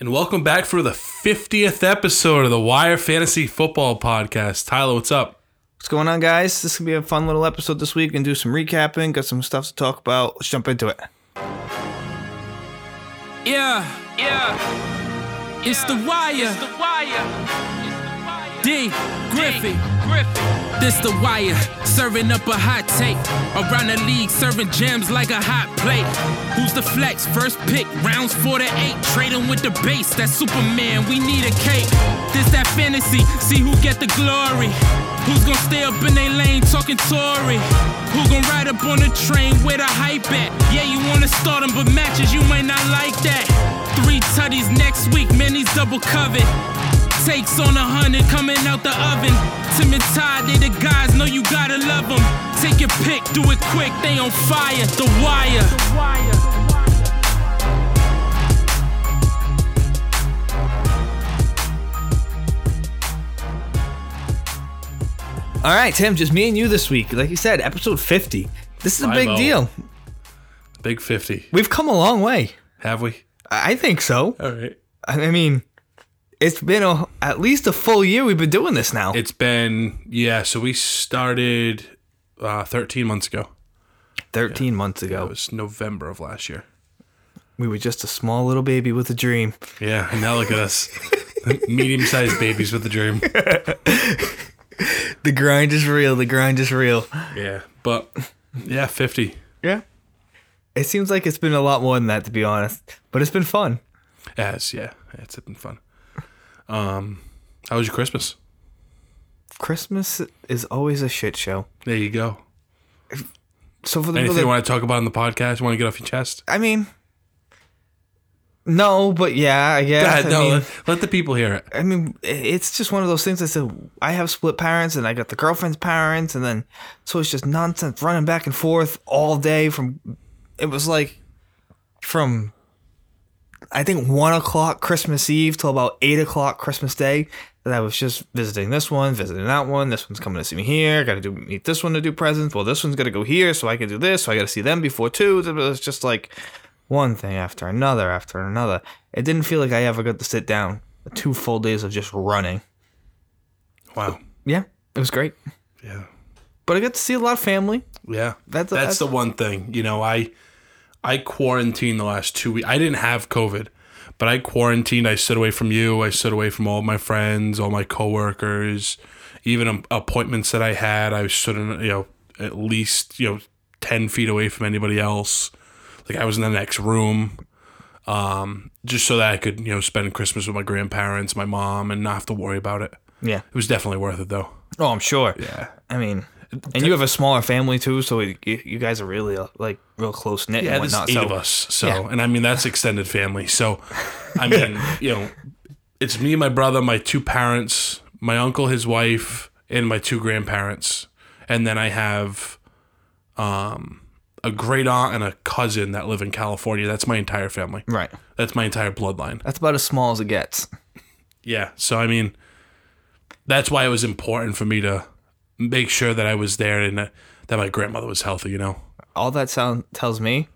And welcome back for the 50th episode of the Wire Fantasy Football Podcast. Tyler, what's up? What's going on, guys? This is gonna be a fun little episode this week. and do some recapping, got some stuff to talk about. Let's jump into it. Yeah, yeah. It's the wire. It's the wire. D. Griffey. This the wire, serving up a hot take. Around the league, serving gems like a hot plate. Who's the flex? First pick, rounds four to eight. Trading with the base, that Superman, we need a cape. This that fantasy, see who get the glory. Who's gonna stay up in their lane talking Tory? Who gonna ride up on the train with a hype at? Yeah, you wanna start 'em, but matches you might not like that. Three tutties next week, man, he's double covered. Takes on a hundred coming out the oven. Tim and Todd, they the guys, know you gotta love them. Take your pick, do it quick, they on fire. The wire. All right, Tim, just me and you this week. Like you said, episode 50. This is a big Bravo. deal. Big 50. We've come a long way. Have we? I I think so. All right. I mean, it's been a, at least a full year we've been doing this now. It's been, yeah, so we started uh, 13 months ago. 13 months That ago, was November of last year. we were just a small little baby with a dream. Yeah, and now look at us. Medium sized babies with a dream. The grind is real. The grind is real. Yeah, but yeah, 50. Yeah. It seems like it's been a lot more than that, to be honest. But it's been fun. Yes, yeah, it's been fun. Um, How was your Christmas? Christmas is always a shit show. There you go. So for the people Anything that you want to talk about on the podcast? You want to get off your chest? I mean, no, but yeah, I guess. God, I, no, mean, let, let the people hear it. I mean, i- it's just one of those things. I said I have split parents, and I got the girlfriend's parents, and then so it's just nonsense running back and forth all day. From it was like from I think one o'clock Christmas Eve till about eight o'clock Christmas Day that I was just visiting this one, visiting that one. This one's coming to see me here. Got to do meet this one to do presents. Well, this one's got to go here, so I can do this. So I got to see them before two. It was just like one thing after another after another. It didn't feel like I ever got to sit down. Two full days of just running. Wow. Yeah, it was great. Yeah. But I got to see a lot of family. Yeah. That's, That's- that's- the one thing. You know, I I quarantined the last two weeks. I didn't have COVID, but I quarantined. I stood away from you. I stood away from all my friends, all my coworkers, even um, appointments that I had. I stood in, you know, at least, you know, 10 feet away from anybody else. Like I was in the next room. Um, just so that I could, you know, spend Christmas with my grandparents, my mom, and not have to worry about it. Yeah. It was definitely worth it though. Oh, I'm sure. Yeah. I mean, and you have a smaller family too, so you, you guys are really uh, like real close knit Yeah, and there's whatnot. eight so of us. So, Yeah. and I mean that's extended family. So, I mean, you know, it's me, my brother, my two parents, my uncle, his wife, and my two grandparents, and then I have, um, a great aunt and a cousin that live in California. That's my entire family. right, That's my entire bloodline. that's about as small as it gets. Yeah. So I mean, that's why it was important for me to make sure that I was there and that that my grandmother was healthy. You know. All that sound tells me,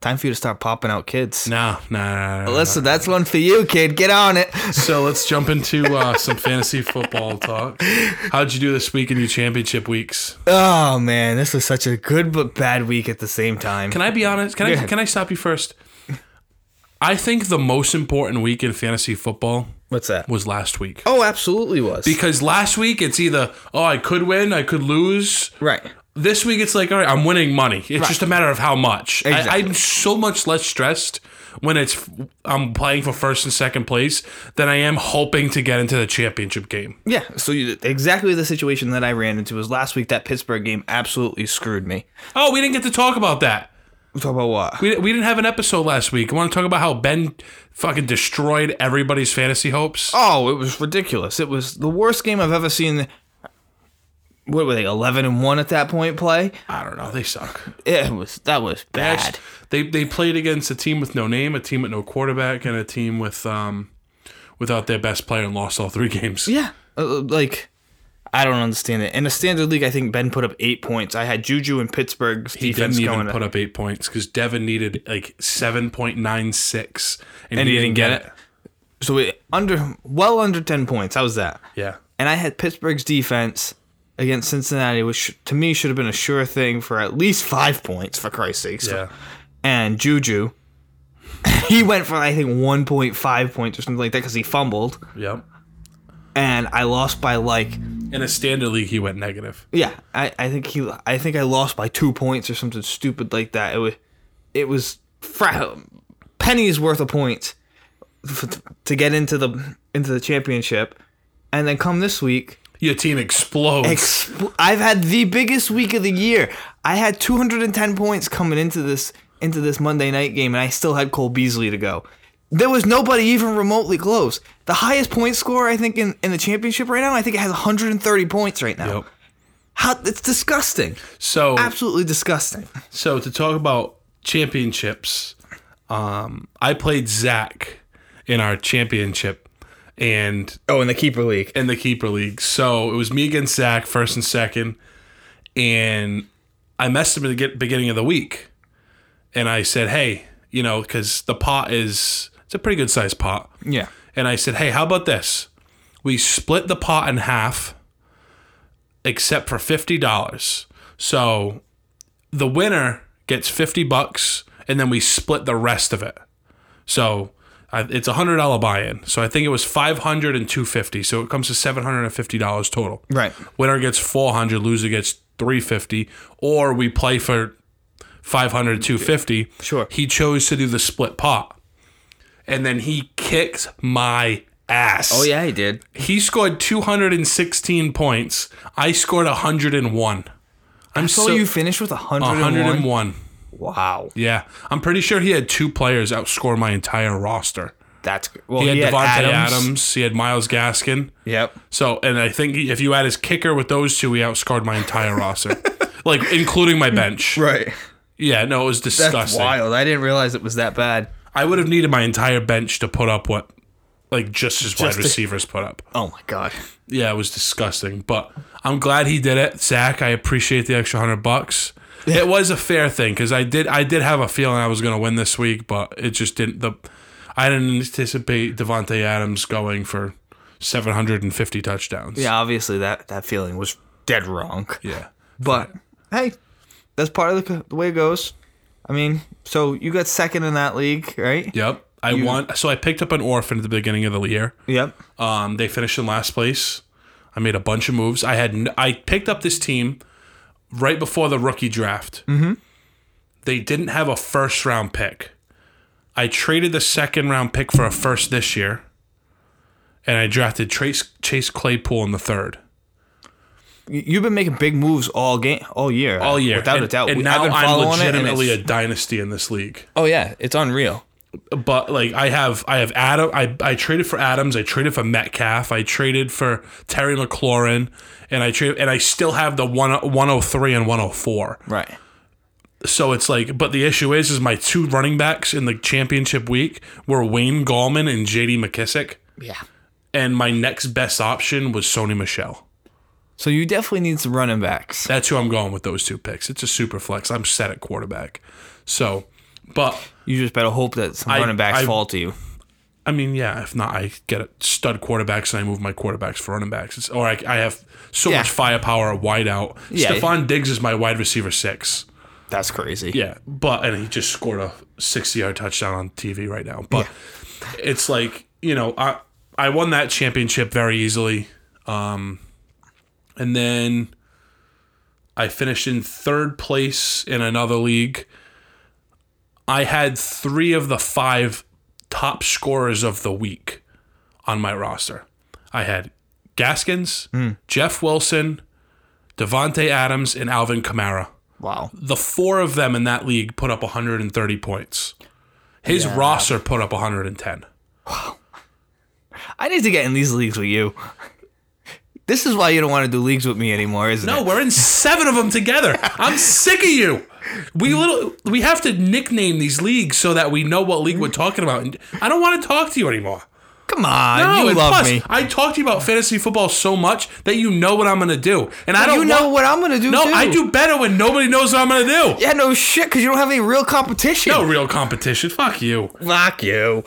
time for you to start popping out kids. Nah, nah, nah, nah, nah. Listen, that's one for you, kid. Get on it. So let's jump into uh, some fantasy football talk. How'd you do this week in your championship weeks? Oh man, this was such a good but bad week at the same time. Can I be honest? Can I can I stop you first? I think the most important week in fantasy football What's that? was last week. Oh, absolutely was. Because last week it's either oh I could win, I could lose. right. This week it's like all right, I'm winning money. It's just a matter of how much. I, Exactly. I'm so much less stressed when it's I'm playing for first and second place than I am hoping to get into the championship game. Yeah. So you, exactly the situation that I ran into was last week. That Pittsburgh game absolutely screwed me. Oh, we didn't get to talk about that. Talk about what? We, we didn't have an episode last week. You want to talk about how Ben fucking destroyed everybody's fantasy hopes? Oh, it was ridiculous. It was the worst game I've ever seen. What were they, eleven and one at that point? Play. I don't know. They suck. It was that was bad. They they played against a team with no name, a team with no quarterback, and a team with um without their best player and lost all three games. Yeah. Uh, like, I don't understand it. In a standard league, I think Ben put up eight points. I had Juju and Pittsburgh's He defense didn't going. even put up eight points because Devin needed like seven point nine six, and, and he, didn't get it. So we under well under ten points. How's that? Yeah. And I had Pittsburgh's defense against Cincinnati, which to me should have been a sure thing for at least five points, for Christ's sakes. Yeah. And Juju, he went for I think one point five points or something like that because he fumbled, Yep. and I lost by like In a standard league, he went negative. yeah. I, I think he I think I lost by two points or something stupid like that. It was it was fra- pennies worth of points f- to get into the into the championship, and then come this week. Your team explodes. Expl- I've had the biggest week of the year. I had 210 points coming into this into this Monday night game, and I still had Cole Beasley to go. There was nobody even remotely close. The highest point scorer I think in, in the championship right now, I think it has 130 points right now. Yep. How it's disgusting. So Absolutely disgusting. So to talk about championships, um, I played Zach in our championship and Oh, in the keeper league. in the keeper league. So it was me against Zach first and second, and I messed him at the get- beginning of the week, and I said, "Hey, you know, because the pot is it's a pretty good sized pot." Yeah. and I said, "Hey, how about this? We split the pot in half, except for fifty dollars. So the winner gets fifty bucks, and then we split the rest of it. So I, it's a hundred dollar buy-in. So I think it was five hundred and two fifty. So it comes to seven hundred and fifty dollars total. Right. Winner gets four hundred. Loser gets three fifty. Or we play for 500 250 Sure. he chose to do the split pot and then he kicks my ass Oh yeah, he did. he scored 216 points i scored 101 i'm So, so you finished with 101. 101 Wow. yeah i'm pretty sure he had two players outscore my entire roster That's well, he had, Devontae Adams. Adams. he had Miles Gaskin. Yep. So, and I think if you add his kicker with those two, he outscored my entire roster, like including my bench. Right. Yeah, no, it was That's disgusting. wild. I didn't realize it was that bad. I would have needed my entire bench to put up what, like, just his Just wide to- receivers put up. Oh my god. Yeah, it was disgusting, but I'm glad he did it, Zach. I appreciate the extra hundred bucks. It was a fair thing because I did, I did have a feeling I was going to win this week, but it just didn't. The I didn't anticipate Devonte Adams going for 750 touchdowns. Yeah, obviously that that feeling was dead wrong. yeah. But hey, that's part of the, the way it goes. I mean, so you got second in that league, right? Yep. I won. So I picked up an orphan at the beginning of the year. Yep. Um, they finished in last place. I made a bunch of moves. I had n- I picked up this team right before the rookie draft. Mm-hmm. They didn't have a first round pick. I traded the second round pick for a first this year, and I drafted Trace, Chase Claypool in the third You- You've been making big moves all game, all year, all year, without and, a doubt. And We- now I've been I'm following it, and legitimately a it's- dynasty in this league. oh yeah, it's unreal. but like I have I have Adam I, I traded for Adams, I traded for Metcalf, I traded for Terry McLaurin, and I trade and I still have the one 103 and 104. Right. So it's like but the issue is is my two running backs in the championship week were Wayne Gallman and JD McKissick, Yeah. and my next best option was Sony Michelle. So you definitely need some running backs. That's who I'm going with those two picks. It's a super flex. I'm set at quarterback. So but You just better hope that some I- running backs I- fall to you. I mean, yeah. If not, I get a stud quarterbacks and I move my quarterbacks for running backs. It's, or I, I have so Yeah. much firepower at wideout. Yeah. Stephon Diggs is my wide receiver six. That's crazy. Yeah, but and he just scored a sixty-yard touchdown on TV right now. But it's like you know, I I won that championship very easily, um, and then I finished in third place in another league. I had three of the five top scorers of the week on my roster. I had Gaskins, Jeff Wilson, Devonte Adams, and Alvin Kamara Wow. the four of them in that league put up 130 points. His roster put up 110. I need to get in these leagues with you. This is why you don't want to do leagues with me anymore, isn't No, it? we're in seven of them together. I'm sick of you. We little we have to nickname these leagues so that we know what league we're talking about. And I don't want to talk to you anymore. Come on, No, you and love plus, me. I talk to you about fantasy football so much that you know what I'm going to do, and I don't you know want- what I'm gonna do. No, too. I do better when nobody knows what I'm going to do. Yeah, no shit, because you don't have any real competition. No real competition. Fuck you. fuck you.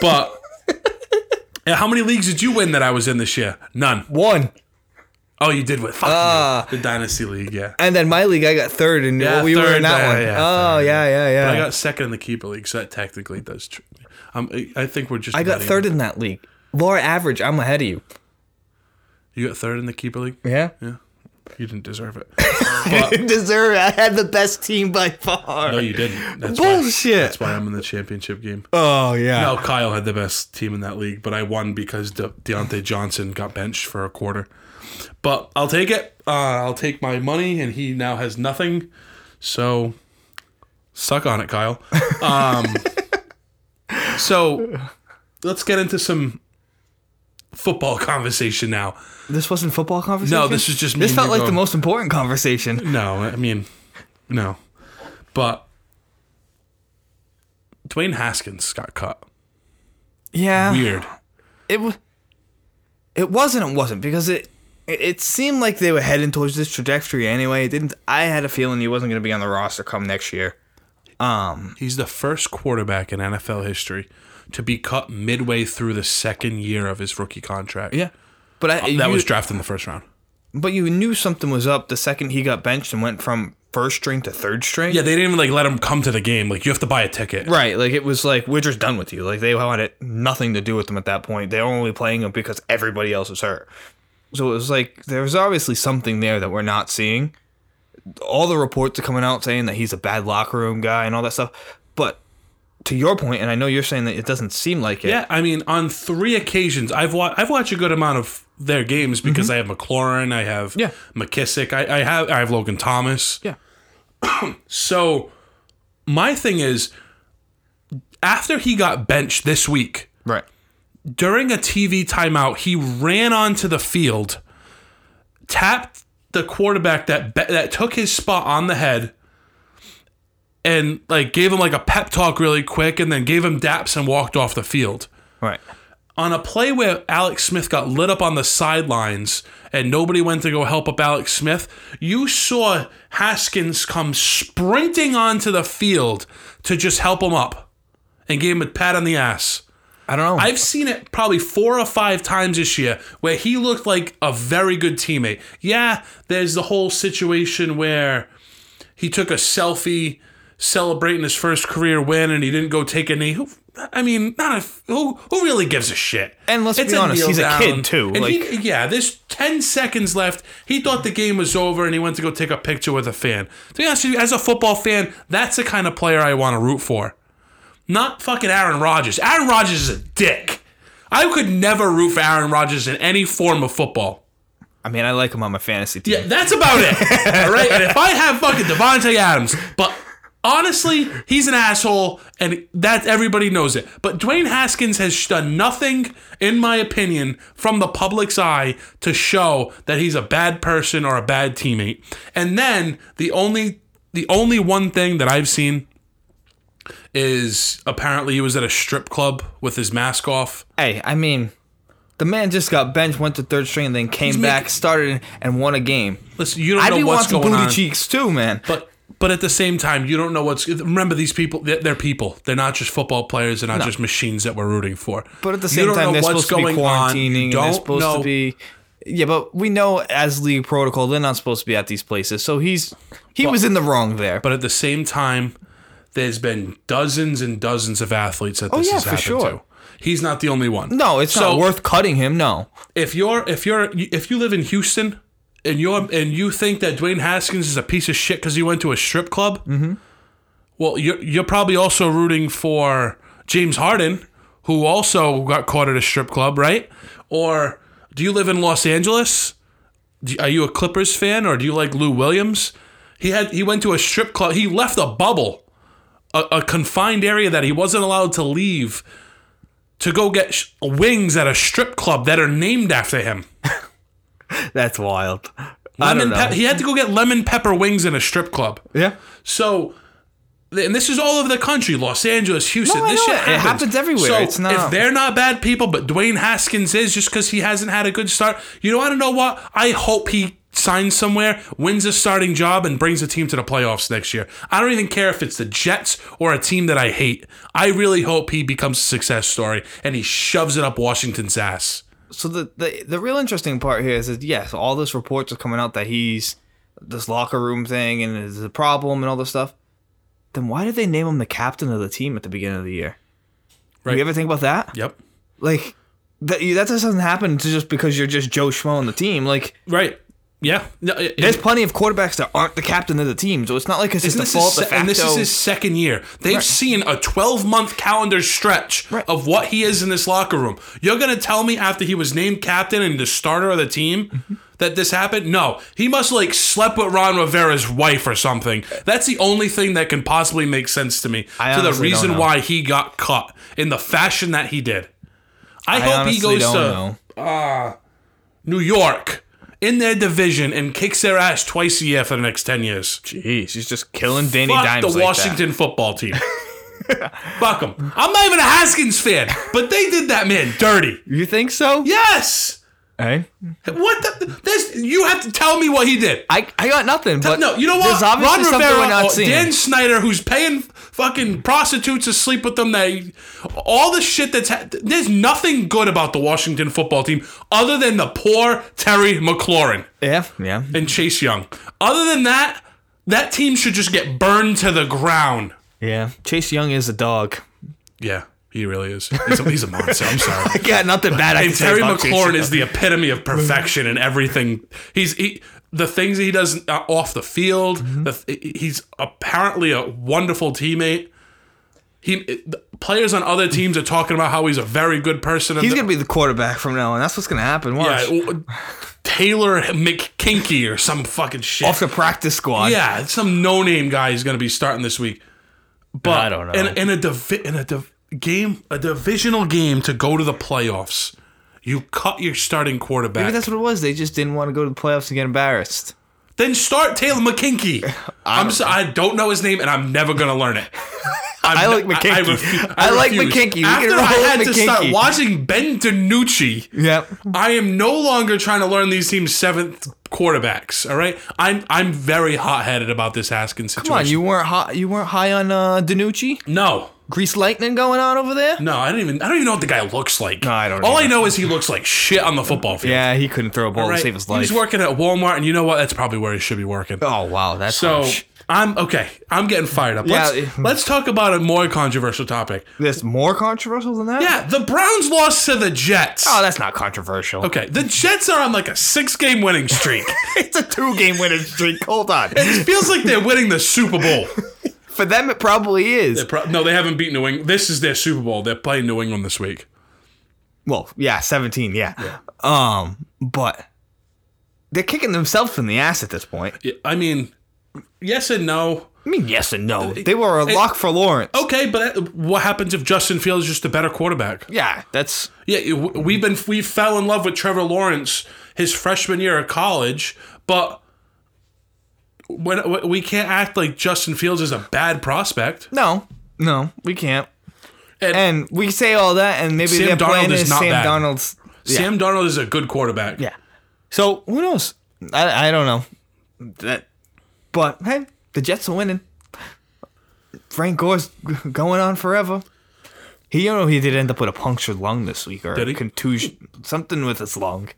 But And how many leagues did you win that I was in this year? None. One. Oh, you did with fuck Ah. you. the dynasty league, yeah. And then my league, I got third, and Yeah, we were third, in that yeah, one. yeah, oh, third, yeah, yeah, But I yeah. got second in the keeper league, so that technically does. Tr- um, I- I think we're just. I got nutting. third in that league. Laura average, I'm ahead of you. You got third in the keeper league. Yeah. You didn't deserve it. Deserve it. I had the best team by far. No, you didn't. That's Bullshit. Why, that's why I'm in the championship game. oh, yeah. No, Kyle had the best team in that league, but I won because De- Deontay Johnson got benched for a quarter. But I'll take it. Uh, I'll take my money, and he now has nothing. So suck on it, Kyle. Um, so let's get into some football conversation now. This wasn't football conversation? No, this is just me This and felt you like the going- most important conversation. No, I mean, no. But Dwayne Haskins got cut. Yeah. Weird. It was. It wasn't. It wasn't because it. It it seemed like they were heading towards this trajectory anyway. It didn't I had a feeling he wasn't going to be on the roster come next year. He's the first quarterback in NFL history to be cut midway through the second year of his rookie contract. but I, Um, That you- was drafted in the first round. But you knew something was up the second he got benched and went from first string to third string. Yeah, they didn't even like let him come to the game. Like you have to buy a ticket. Right, like it was like we're just done with you. Like they wanted nothing to do with them at that point. They were only playing him because everybody else was hurt. So it was like there was obviously something there that we're not seeing. All the reports are coming out saying that he's a bad locker room guy and all that stuff. But to your point, and I know you're saying that it doesn't seem like it. Yeah, I mean, on three occasions, I've watched I've watched a good amount of their games because I have McLaurin, I have Mm-hmm. Yeah. McKissick, I, I have I have Logan Thomas. Yeah. so my thing is, after he got benched this week, Right. during a TV timeout, he ran onto the field, tapped the quarterback that be- that took his spot on the head, and like gave him like a pep talk really quick, and then gave him daps and walked off the field. Right. On a play where Alex Smith got lit up on the sidelines and nobody went to go help up Alex Smith, you saw Haskins come sprinting onto the field to just help him up and gave him a pat on the ass. I don't know. I've seen it probably four or five times this year where he looked like a very good teammate. Yeah, there's the whole situation where he took a selfie celebrating his first career win and he didn't go take a knee. Who, I mean, not a, who who really gives a shit. And let's be a honest, kneel he's a kid, too, And he- like- yeah, there's ten seconds left. He thought the game was over and he went to go take a picture with a fan. To be honest with you, as a football fan, that's the kind of player I want to root for. Not fucking Aaron Rodgers. Aaron Rodgers is a dick. I could never root for Aaron Rodgers in any form of football. I mean, I like him on my fantasy team. Yeah, that's about it. All right. And if I have fucking Devontae Adams, but honestly, he's an asshole, and that everybody knows it. But Dwayne Haskins has done nothing, in my opinion, from the public's eye to show that he's a bad person or a bad teammate. And then the only the only one thing that I've seen is apparently he was at a strip club with his mask off. Hey, I mean, the man just got benched, went to third string, and then came back, making- started, and won a game. Listen, you don't I'd know be what's wanting going booty on. cheeks too, man. But but at the same time, you don't know what's. Remember, these people, they're, they're people. They're not just football players. They're not just machines that we're rooting for. But at the You same don't know time, they're what's supposed to be going on. You quarantining. and don't they're supposed know. to be. Yeah, but we know as league protocol, they're not supposed to be at these places. So he's he was in the wrong there. But at the same time, there's been dozens and dozens of athletes that this Oh, yeah, has for happened sure. to. He's not the only one. no, it's So- not worth cutting him. No, if you're if you're if you live in Houston and you're and you think that Dwayne Haskins is a piece of shit because he went to a strip club, well, you're you're probably also rooting for James Harden, who also got caught at a strip club, right? Or do you live in Los Angeles? Do- Are you a Clippers fan or do you like Lou Williams? He had he went to a strip club. He left a bubble, a, a confined area that he wasn't allowed to leave to go get sh- wings at a strip club that are named after him. that's wild. I don't Lemon know. pep- he had to go get lemon pepper wings in a strip club. yeah, So, and this is all over the country: Los Angeles, Houston. No, I this shit know it. It happens. happens everywhere. So It's not- if they're not bad people, but Dwayne Haskins is just because he hasn't had a good start. You know, I don't know what. I hope he signs somewhere, wins a starting job, and brings the team to the playoffs next year. I don't even care if it's the Jets or a team that I hate. I really hope he becomes a success story and he shoves it up Washington's ass. So the, the the real interesting part here is that yes, all this reports are coming out that he's this locker room thing and is a problem and all this stuff. Then why did they name him the captain of the team at the beginning of the year? Right. Right. You ever think about that? Yep. Like that that just doesn't happen to just because you're just Joe Schmo on the team. Like Right. Yeah. No, it- there's plenty of quarterbacks that aren't the captain of the team, so it's not like it's just Isn't the this his fault. se- and this is his second year. They've Right. seen a 12 month calendar stretch Right. of what he is in this locker room. You're going to tell me after he was named captain and the starter of the team that this happened? No. He must like slept with Ron Rivera's wife or something. That's the only thing that can possibly make sense to me I to the honestly don't reason know. why he got cut in the fashion that he did. I, hope he goes to New York in their division and kicks their ass twice a year for the next 10 years. Jeez, he's just killing Danny Fuck Dimes the like that. Washington football team. Fuck them. I'm not even a Haskins fan, but they did that man dirty. You think so? Yes. Hey, What the? This you have to tell me what he did. I, I got nothing. But No, you know There's what? Ron obviously something we're Rivera, oh, not or seeing. Dan Snyder, who's paying fucking prostitutes to sleep with them. They all the shit that's ha- there's nothing good about the Washington football team other than the poor Terry McLaurin yeah, yeah. and Chase Young. Other than that, that team should just get burned to the ground. Yeah. Chase Young is a dog. Yeah, he really is. He's a, he's a monster. I'm sorry. Yeah, nothing bad. I And Terry McLaurin is the epitome of perfection in everything. He's he, the things that he does uh, off the field. Mm-hmm. The th- he's apparently a wonderful teammate. He the players on other teams are talking about how he's a very good person. and He's the- gonna be the quarterback from now on. That's what's gonna happen. Watch. yeah, w- Taylor McKinky or some fucking shit. Off the practice squad. yeah, some no-name guy is going to be starting this week. But I don't know. In, in a divi- in a div- game, a divisional game to go to the playoffs, you cut your starting quarterback. Maybe that's what it was. They just didn't want to go to the playoffs and get embarrassed. then start Taylor McKinky. I'm so, I don't know his name, and I'm never gonna learn it. I'm I like no- McKinky. refu- I like refuse. McKinky. We can After roll I had with to start McKinky. watching Ben DiNucci, Yep. I am no longer trying to learn these teams' seventh quarterbacks. All right, I'm I'm very hot headed about this Haskins situation. Come on, you weren't hot. You weren't high on uh, Danucci. no. Grease lightning going on over there. No, I don't even. I don't even know what the guy looks like. No, I don't All I either. know is he looks like shit on the football field. Yeah, he couldn't throw a ball right. to save his life. He's working at Walmart, and you know what? That's probably where he should be working. oh wow, that's So harsh. I'm okay. I'm getting fired up. Let's, Yeah. let's talk about a more controversial topic. There's more controversial than that. Yeah, the Browns lost to the Jets. Oh, that's not controversial. Okay, the Jets are on like a six-game winning streak. it's a two-game winning streak. Hold on. it feels like they're winning the Super Bowl. For them, it probably is. They're pro- no, they haven't beaten New England. This is their Super Bowl. They're playing New England this week. Well, yeah, seventeen. Yeah. Um, but they're kicking themselves in the ass at this point. Yeah, I mean, yes and no. I mean, yes and no. They were a lock for Lawrence. Okay, but that, what happens if Justin Fields is just a better quarterback? Yeah, that's Yeah, it- w- we've been we fell in love with Trevor Lawrence his freshman year of college, but when w- we can't act like Justin Fields is a bad prospect. no, no, we can't. And- And, we say all that, and maybe Sam their Darnold plan is is, not Sam bad. Donald's. Sam Darnold is a good quarterback. Yeah. So who knows? I I don't know. That, but hey, the Jets are winning. Frank Gore's g- going on forever. He, you know, he did end up with a punctured lung this week or Did he? a contusion, something with his lung.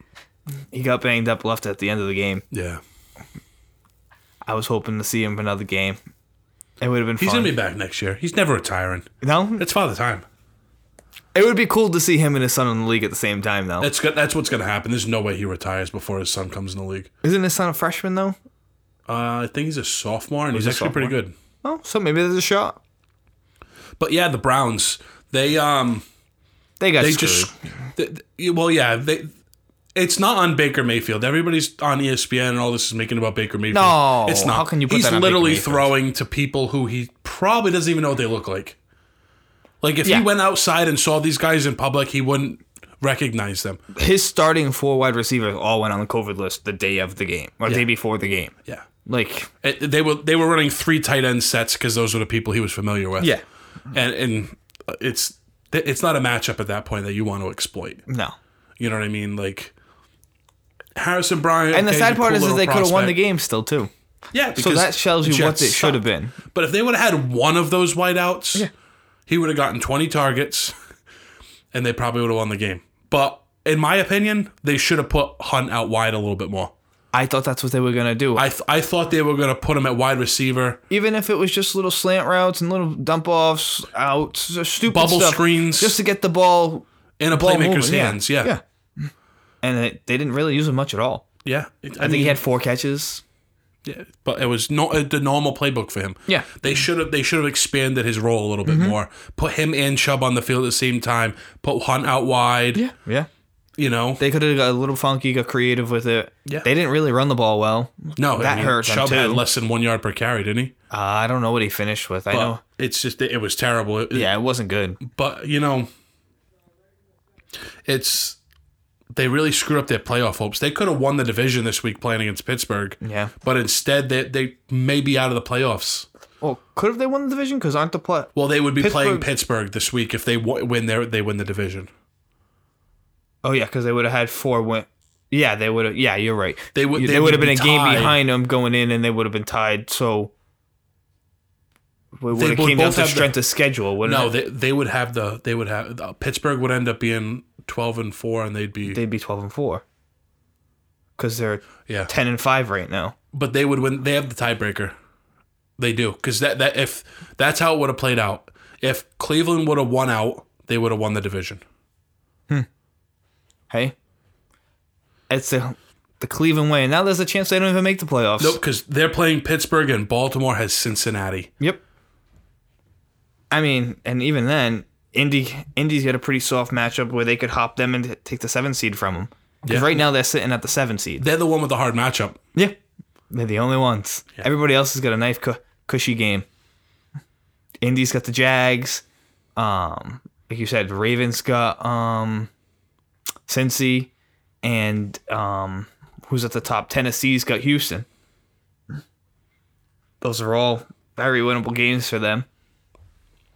He got banged up, left at the end of the game. yeah. I was hoping to see him for another game. It would have been He's fun. gonna be back next year. He's never retiring. no, That's father time. It would be cool to see him and his son in the league at the same time, though. That's go- that's what's gonna happen. There's no way he retires before his son comes in the league. Isn't his son a freshman though? Uh, I think he's a sophomore and he's, a actually pretty good. Oh, so maybe there's a shot. But yeah, the Browns. They um They got they screwed. just th- th- well yeah they it's not on Baker Mayfield. Everybody's on E ESPN and all this is making about Baker Mayfield. No, it's not. how can you put He's that on Baker literally Mayfield? throwing to people who he probably doesn't even know what they look like. Like if Yeah. he went outside and saw these guys in public, he wouldn't recognize them. his starting four wide receivers all went on the COVID list the day of the game or the day before the game. Yeah, Like, It- Eh, they were they were running three tight end sets because those were the people he was familiar with. Yeah. and and uh, it's it's not a matchup at that point that you want to exploit. no. You know what I mean? Like Harrison Bryant. And the okay, sad he's a part cool is, is little they could have won prospect. the game still too. Yeah, So because that shows the you what Jets they should have suck. been. But if they would have had one of those whiteouts, he would have gotten 20 targets and they probably would have won the game. But in my opinion, they should have put Hunt out wide a little bit more. I thought that's what they were gonna do. I, th- I thought they were going to put him at wide receiver. Even if it was just little slant routes and little dump offs, outs, just stupid Bubble stuff, screens. just to get the ball In a ball playmaker's moving, yeah. hands, yeah. yeah. And it, they didn't really use him much at all. Yeah. I, think he had four catches. Yeah, but it was no, uh, the normal playbook for him. Yeah. Mm-hmm. they should have they should have expanded his role a little bit more. Put him and Chubb on the field at the same time. Put Hunt out wide. yeah. you know, They could have got a little funky, got creative with it. Yeah. They didn't really run the ball well. no, that hurt them Chubb had too. less than one yard per carry, didn't he? Uh, I don't know what he finished with. I But know. it's just it was terrible. It- Oh. Yeah, it wasn't good. but you know, it's they really screwed up their playoff hopes. They could have won the division this week playing against Pittsburgh. Yeah. but instead they they may be out of the playoffs. Well, Oh, could have they won the division? Because aren't the play? Well, they would be playing Pittsburgh- Pittsburgh this week if they w- win their they win the division. Oh yeah, because they would have had four win. Yeah, they would have. Yeah, you're right. They would- You- they They would have would been a be game tied. behind them going in, and they would have been tied. So we would would have came down both to have the- strength of schedule. Wouldn't No, it? they they would have the they would have the, Pittsburgh would end up being twelve and four, and they'd be they'd be twelve and four because they're yeah. ten and five right now. But they would win. They have the tiebreaker. They do because that that if that's how it would have played out. If Cleveland would have won out, they would have won the division. Hey, it's the the Cleveland way, and now there's a chance they don't even make the playoffs. Nope, because they're playing Pittsburgh and Baltimore has Cincinnati. Yep. I mean, and even then, Indy Indy's got a pretty soft matchup where they could hop them and take the seven seed from them. Because Yeah. right now they're sitting at the seven seed. They're the one with the hard matchup. Yeah, they're the only ones. Everybody else has got a nice cu- cushy game. Indy's got the Jags. Um, like you said, Ravens got um, Cincy, and um, who's at the top? Tennessee's got Houston. Those are all very winnable games for them.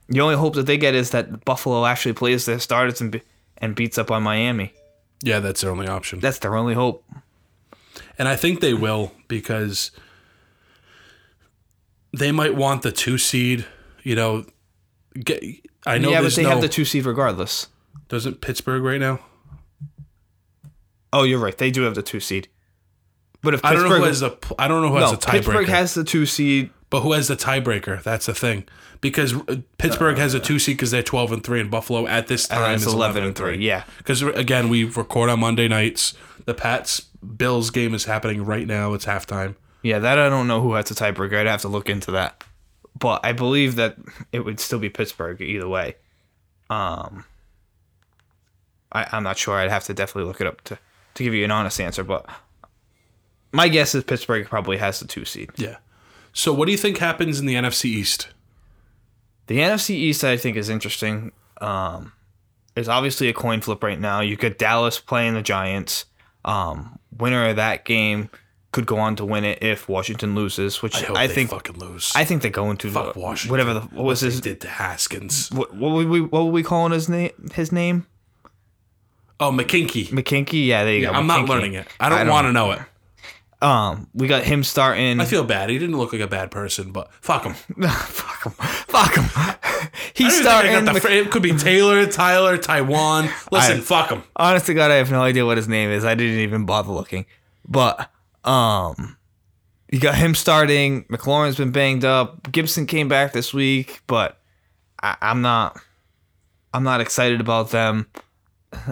The only hope that they get is that Buffalo actually plays their starters and be- and beats up on Miami. Yeah, that's their only option. That's their only hope. And I think they will because they might want the two seed. You know, get, I know yeah, but there's they no have the two seed regardless. doesn't Pittsburgh right now. Oh, you're right. They do have the two seed. But if I Pittsburgh, don't know who has the I don't know who has no, the tiebreaker. Pittsburgh has the two seed. but who has the tiebreaker? That's the thing. Because uh, Pittsburgh has a two seed because they're twelve and three, and Buffalo at this And time it's is 11 eleven and and three. three, yeah. Because uh, again, we record on Monday nights. The Pats Bills game is happening right now. It's halftime. Yeah, that I don't know who has the tiebreaker. I'd have to look into that. But I believe that it would still be Pittsburgh either way. Um, I, I'm not sure. I'd have to definitely look it up to, to give you an honest answer. But my guess is Pittsburgh probably has the two seed. Yeah. So what do you think happens in the NFC East? The NFC East, I think, is interesting. Um, it's obviously a coin flip right now. You got Dallas playing the Giants. Um, winner of that game could go on to win it if Washington loses, which I hope I, they think fucking lose. I think they're going to Fuck the- Washington. Whatever the what was his did to Haskins. what, what were we what were we calling his name his name Oh, McKinky. McKinky? Yeah, there you go. I'm not McKinkie. learning it. I don't, want to know it. Um, we got him starting. I feel bad. He didn't look like a bad person, but fuck him. fuck him, fuck him. He's I don't even think I starting. got the Mc- fra- it could be Taylor, Tyler, Taiwan. Listen, I- fuck them. Honest to God, I have no idea what his name is. I didn't even bother looking. But um you got him starting. McLaurin's been banged up. Gibson came back this week, but I, I'm not I'm not excited about them.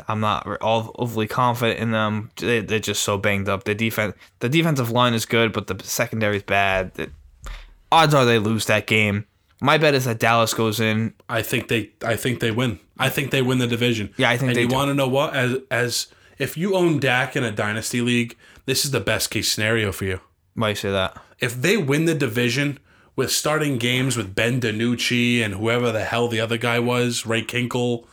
I'm not re- all overly confident in them. They, they're just so banged up. The defense, the defensive line is good, but the secondary is bad. The- odds are they lose that game. My bet is that Dallas goes in. I think they. I think they win. I think they win the division. Yeah, I think And they you do. want to know what? As as if you own Dak in a dynasty league, this is the best case scenario for you. Why you say that? If they win the division with starting games with Ben DiNucci and whoever the hell the other guy was, Ray Kinkle,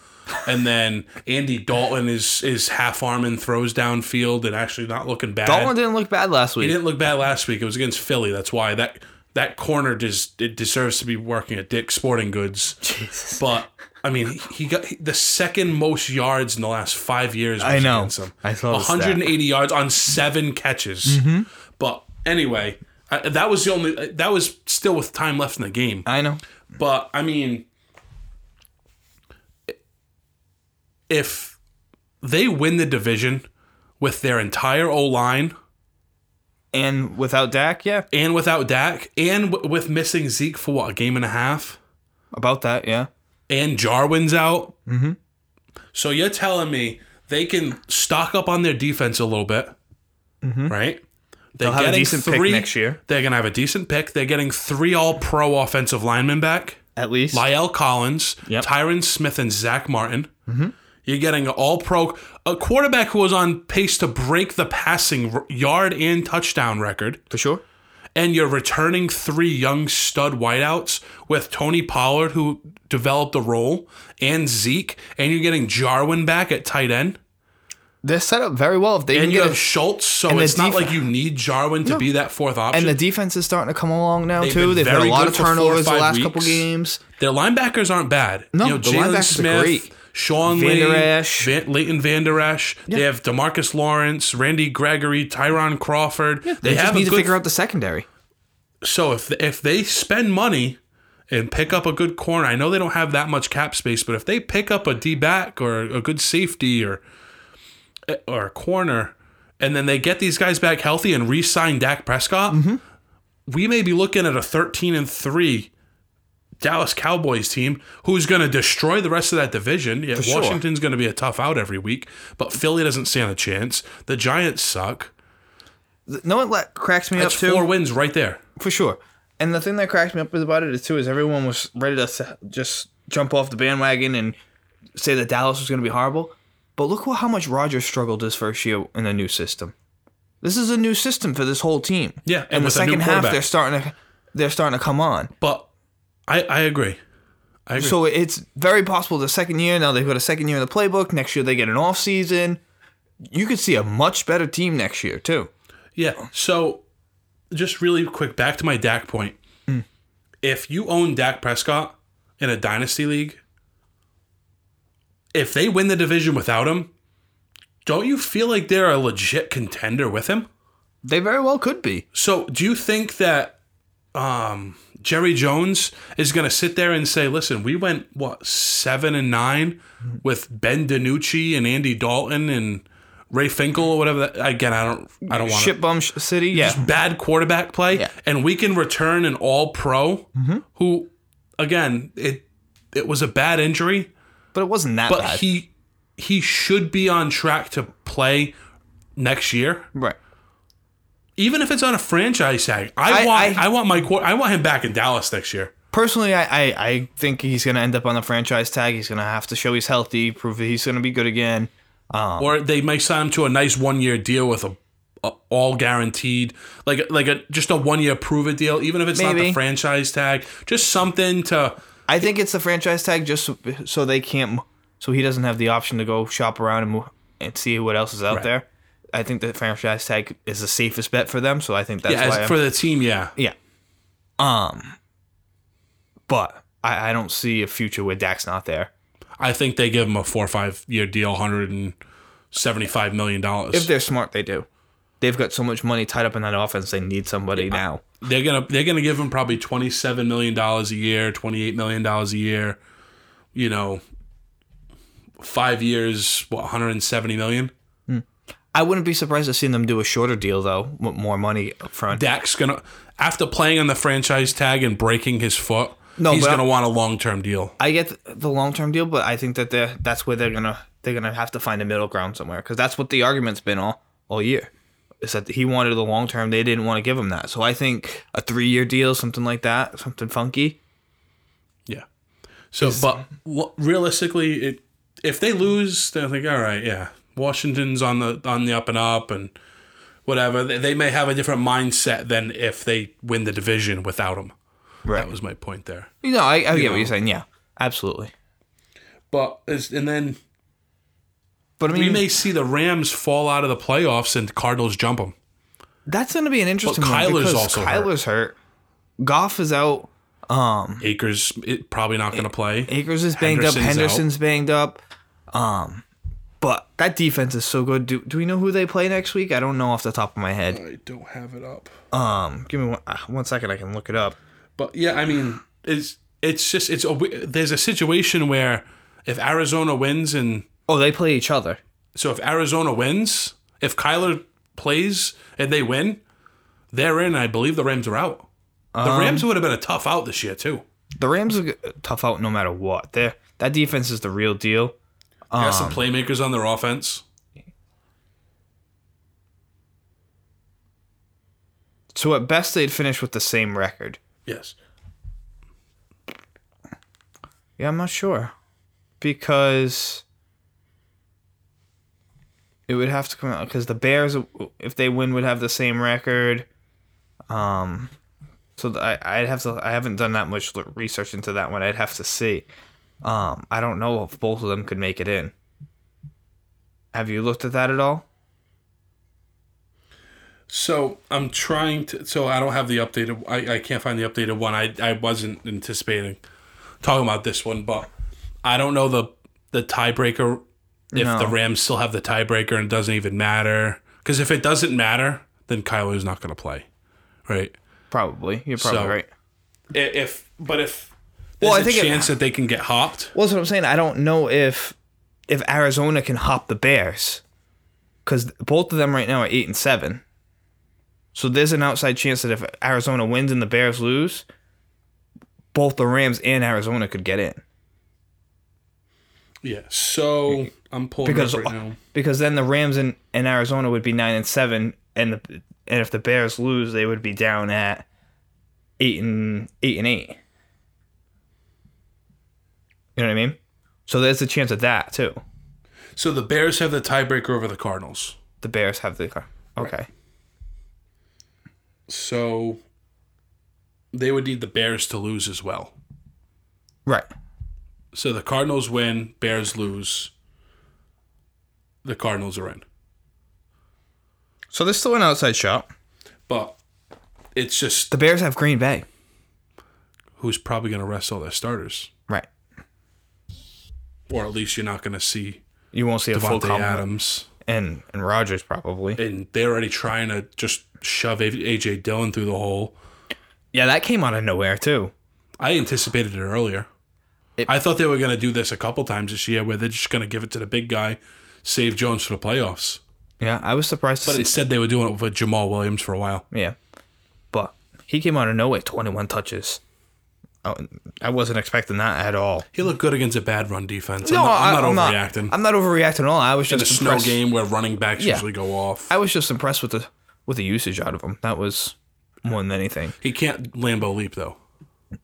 and then Andy Dalton is is half arming throws downfield and actually not looking bad. Dalton didn't look bad last week. He didn't look bad last week. It was against Philly. That's why that that corner just it deserves to be working at Dick Sporting Goods. Jesus. But I mean, he- he got he- the second most yards in the last five years. I was know. against him. I saw the stat. Mm-hmm. 180 yards on seven catches. But anyway, I, that was the only. That was still with time left in the game. I know. But I mean, if they win the division with their entire O line And without Dak, yeah. and without Dak and w- with missing Zeke for what a game and a half About that, yeah. and Jarwin's out, mm-hmm. so you're telling me they can stock up on their defense a little bit, right? They're Mm-hmm. They'll have a decent pick next year. They're gonna have a decent pick. They're getting three All-Pro offensive linemen back. At least. Lyle Collins, Yep. Mm-hmm. Tyron Smith, and Zach Martin. You're getting an all pro, a quarterback who was on pace to break the passing r- yard and touchdown record. For sure. And you're returning three young stud wideouts with Tony Pollard, who developed the role, and Zeke. And you're getting Jarwin back at tight end. They're set up very well if they can And you get a have Schultz. So and the it's not def- like you need Jarwin to be that fourth option. And the defense is starting to come along now They've too. been They've had a very lot good of for four or turnovers the five last couple weeks. games. Their linebackers aren't bad. No, the linebackers are great. Sean Van Lee, Der Esch. Van, Leighton Van Der Esch. They have Demarcus Lawrence, Randy Gregory, Tyron Crawford. They, just have need a to good, figure out the secondary. So if if they spend money and pick up a good corner, I know they don't have that much cap space, but if they pick up a D back or a good safety or or a corner, and then they get these guys back healthy and re-sign Dak Prescott, Mm-hmm. we may be looking at a thirteen and three Dallas Cowboys team who's going to destroy the rest of that division. Yeah, sure. Washington's going to be a tough out every week, but Philly doesn't stand a chance. The Giants suck. Th- No one let, cracks me That's up too four wins right there. for sure. And the thing that cracks me up about it is too is everyone was ready to s- just jump off the bandwagon and say that Dallas was going to be horrible. But look wh- how much Rogers struggled his first year in the new system. This is a new system for this whole team. Yeah, and and the with a new second half quarterback. they're starting to they're starting to come on. But I, I agree. I agree. So it's very possible the second year, now they've got a second year in the playbook. Next year they get an off season. You could see a much better team next year too. yeah. So just really quick, back to my Dak point. If you own Dak Prescott in a dynasty league, if they win the division without him, don't you feel like they're a legit contender with him? They very well could be. So do you think that um, Jerry Jones is going to sit there and say, "Listen, we went what seven and nine with Ben DiNucci and Andy Dalton and Ray Finkel or whatever"? That, again, I don't, I don't want to Shit bum sh- city. Yeah. just bad quarterback play, Yeah. and we can return an All Pro who, again, it it was a bad injury, but it wasn't that but bad. he he should be on track to play next year, right. even if it's on a franchise tag. I, I- want I- I, want my quar- I want him back in Dallas next year. Personally, I, I, I think he's going to end up on the franchise tag. He's going to have to show he's healthy, prove that he's going to be good again. Um. or they might sign him to a nice one year deal with a, a all guaranteed like like a just a one year prove it deal even if it's not the Maybe. franchise tag just something to I think it's the franchise tag just so, so they can't, so he doesn't have the option to go shop around and move, and see what else is out Right. there. I think the franchise tag is the safest bet for them. So I think that's yeah, why as I'm- for the team yeah Yeah. Um. But I, I don't see a future where Dak's not there. I think they give him a four or five year deal hundred and seventy five million If dollars they're smart, they do. They've got so much money tied up in that offense. They need somebody now. they're gonna they're gonna give him probably twenty seven million dollars a year twenty eight million dollars a year you know five years what 170 million I wouldn't be surprised to see them do a shorter deal though, with more money up front. Dak's gonna after playing on the franchise tag and breaking his foot. No, he's but- gonna want a long term deal. I get th- the long term deal, but I think that they that's where they're gonna they're gonna have to find a middle ground somewhere because that's what the argument's been all all year. Is that he wanted the long term, they didn't want to give him that. So I think a three year deal, something like that, something funky. Yeah. So, but lo- realistically, it if they lose, they're like, all right, yeah, Washington's on the on the up and up and whatever. They, they may have a different mindset than if they win the division without him. Right. That was my point there. You know, I, I get know. what you're saying. Yeah, absolutely. But is and then But I we mean, may see the Rams fall out of the playoffs and Cardinals jump them. that's going to be an interesting Kyler's one because also hurt. Kyler's hurt. Goff is out. Um, Akers it, probably not going to play. Akers is banged up. Henderson's out. Henderson's banged up. Um, but that defense is so good. Do, do we know who they play next week? I don't know off the top of my head. I don't have it up. Um, give me one, uh, one second. I can look it up. But yeah, I mean, it's it's just it's a, w- there's a situation where if Arizona wins and Oh, they play each other. so if Arizona wins, if Kyler plays and they win, they're in. I believe the Rams are out. The Rams would have been a tough out this year too. The Rams are g- tough out no matter what. They're, that defense is the real deal. They got some playmakers on their offense. So at best, they'd finish with the same record. Yes. Yeah, I'm not sure. Because it would have to come out because the Bears, if they win, would have the same record. Um, so th- I I'd have to I haven't done that much l- research into that one. I'd have to see. Um, I don't know if both of them could make it in. Have you looked at that at all? So I'm trying to. So I don't have the updated. I, I can't find the updated one. I, I wasn't anticipating talking about this one, but I don't know the the tiebreaker. If No. the Rams still have the tiebreaker and it doesn't even matter, because if it doesn't matter, then Kyler's not going to play, right? Probably. You're probably So- right. I- If but if there's Well, I a think it- chance that they can get hopped, Well, that's what I'm saying. I don't know if if Arizona can hop the Bears because both of them right now are eight and seven. So there's an outside chance that if Arizona wins and the Bears lose, both the Rams and Arizona could get in yeah. So I'm pulling because up right now. because then the Rams and, and Arizona would be nine and seven, and the and if the Bears lose, they would be down at eight and eight and eight. You know what I mean? So there's a chance of that too. So the Bears have the tiebreaker over the Cardinals. The Bears have the car. Okay. So they would need the Bears to lose as well. Right. So the Cardinals win, Bears lose. The Cardinals are in. So there's still an outside shot. But it's just The Bears have Green Bay. who's probably going to rest all their starters. Right. Or at least you're not going to see You won't see a full Devontae complement. Adams. And and Rogers probably. And they're already trying to just shove A- A.J. Dillon through the hole. yeah, that came out of nowhere too. I anticipated it earlier. It- I thought they were going to do this a couple times this year where they're just going to give it to the big guy, save Jones for the playoffs. Yeah, I was surprised to But see. instead, they were doing it with Jamal Williams for a while. Yeah. But he came out of nowhere, 21 touches. Oh, I wasn't expecting that at all. He looked good against a bad run defense. I'm not, I'm not overreacting. I'm not overreacting at all. I was in just a snow impressed. game where running backs Yeah. usually go off. I was just impressed with the with the usage out of him. That was more than anything. he can't Lambo leap though.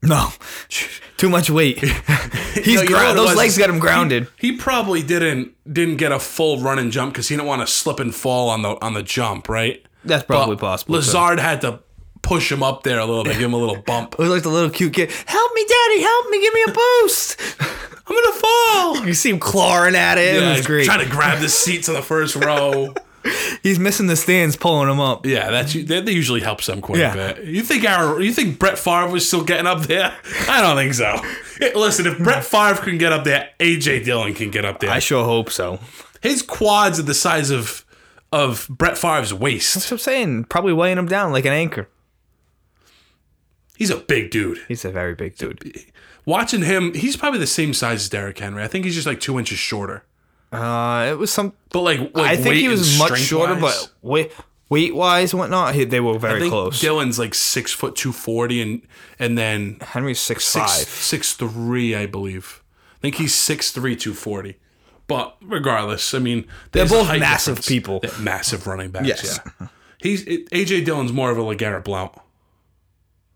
No, too much weight. He's No, you know what it ground. Those was? legs got him grounded. He probably didn't didn't get a full run and jump because he didn't want to slip and fall on the on the jump, right? That's probably possible. too. Lazard had to push him up there a little bit, give him a little bump. It was like the little cute kid. Help me, daddy! Help me! Give me a boost! I'm gonna fall. you see him clawing at it. it Yeah, was great. Trying to grab the seats on the first row. He's missing the stands, pulling him up. Yeah, that's that usually helps them quite Yeah. a bit. You think our you think Brett Favre was still getting up there? I don't think so. Listen, if Brett Favre can get up there, AJ Dillon can get up there. I sure hope so. His quads are the size of of Brett Favre's waist. That's what I'm saying. Probably weighing him down like an anchor. He's a big dude. He's a very big dude. Watching him, he's probably the same size as Derrick Henry. I think he's just like two inches shorter. Uh, it was some. But like, like I think weight he and was much strength shorter, wise, but weight weight wise, and whatnot, he, they were I very think close. Dylan's like six foot two forty, and and then Henry's six, six five. six three, I believe. I think he's six three two forty. But regardless, I mean, they're both massive people. massive running backs. Yes. Yeah, he's it, AJ Dillon's more of a Legarrette Blount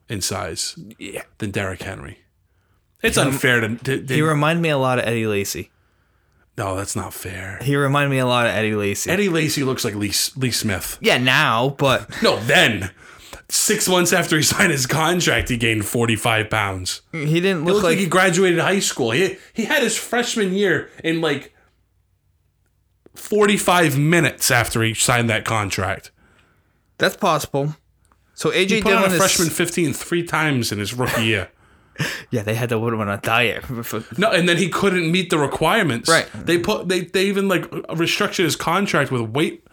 in size. Yeah. than Derrick Henry. It's unfair to. to, to He reminded me a lot of Eddie Lacy. no, that's not fair. He reminded me a lot of Eddie Lacy. Eddie Lacy looks like Lee, Lee Smith. yeah, now, but No, then. Six months after he signed his contract, he gained 45 pounds. He he didn't look looked like, like he graduated high school. He, he had his freshman year in like 45 minutes after he signed that contract. That's possible. So AJ He put on Dillon a is freshman 15 three times in his rookie year. yeah, they had to put him on a diet. No, and then he couldn't meet the requirements. Right. They put they they even like restructured his contract with weight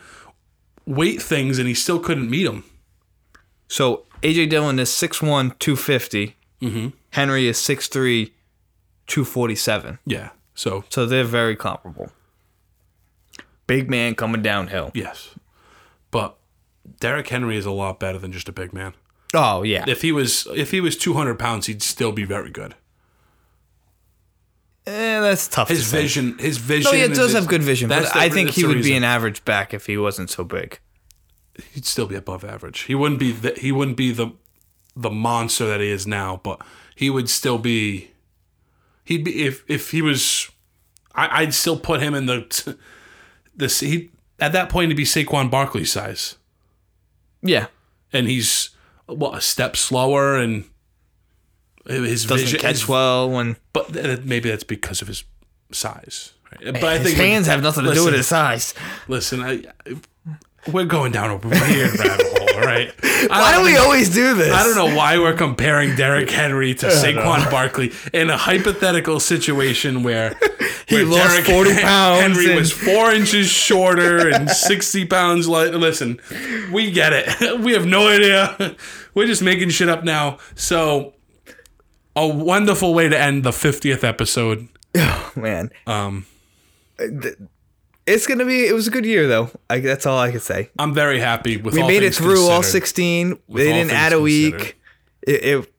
weight things, and he still couldn't meet them. so AJ Dillon is 6'1", 250. Mm-hmm. Henry is 6'3", 247. Yeah. So So they're very comparable. Big man coming downhill. yes, but Derrick Henry is a lot better than just a big man. Oh yeah. If he was if he was two hundred pounds, he'd still be very good. Eh, that's tough. His to say. Oh, vision, his vision. No, he and does his- have good vision, that's but the- I think that's he the would be reason. an average back if he wasn't so big. He'd still be above average. He wouldn't be the, he wouldn't be the the monster that he is now, but he would still be. He'd be if if he was, I, I'd still put him in the this he at that point he'd be Saquon Barkley size, Yeah. and he's what a step slower and his Doesn't vision catch his- well when But th- maybe that's because of his size. right? But I his think hands have nothing to do listen. with his size. Listen, I, we're going down a weird rabbit hole, all right? Why I do we always do this? I don't know why we're comparing Derrick Henry to Saquon Barkley in a hypothetical situation where he lost 40 pounds Henry and- was four inches shorter and sixty pounds. Li- Listen, we get it. We have no idea. We're just making shit up now. So, a wonderful way to end the fiftieth episode. man. Um, it's gonna be. It was a good year, though. I, that's all I can say. I'm very happy with. We all made it things through all considered. sixteen. They all didn't things add a considered. week. It, it,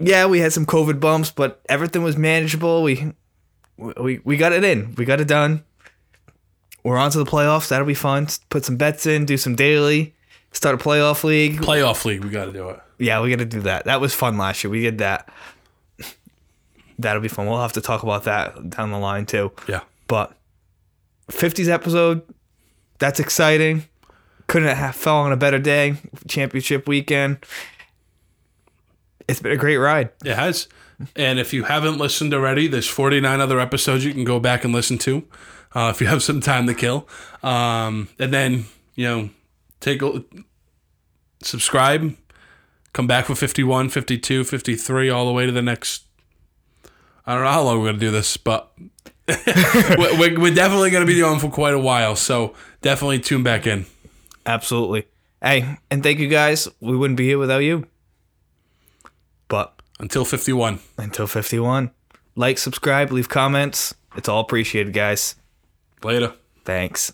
yeah, we had some COVID bumps, but everything was manageable. We, we, we got it in. We got it done. We're on to the playoffs. That'll be fun. Put some bets in. Do some daily. Start a playoff league. playoff league. We got to do it. Yeah, we got to do that. That was fun last year. We did that. That'll be fun. We'll have to talk about that down the line too. Yeah. But 50s episode, that's exciting. Couldn't have fell on a better day. Championship weekend. It's been a great ride. It has. And if you haven't listened already, there's 49 other episodes you can go back and listen to uh, if you have some time to kill. Um, and then, you know, take a subscribe, come back for 51, 52, 53, all the way to the next. I don't know how long we're going to do this, but we're, we're- we're definitely going to be on for quite a while. So definitely tune back in. Absolutely. Hey, and thank you guys. We wouldn't be here without you. But Until 51. until 51, like, subscribe, leave comments. It's all appreciated, guys. Later. Thanks.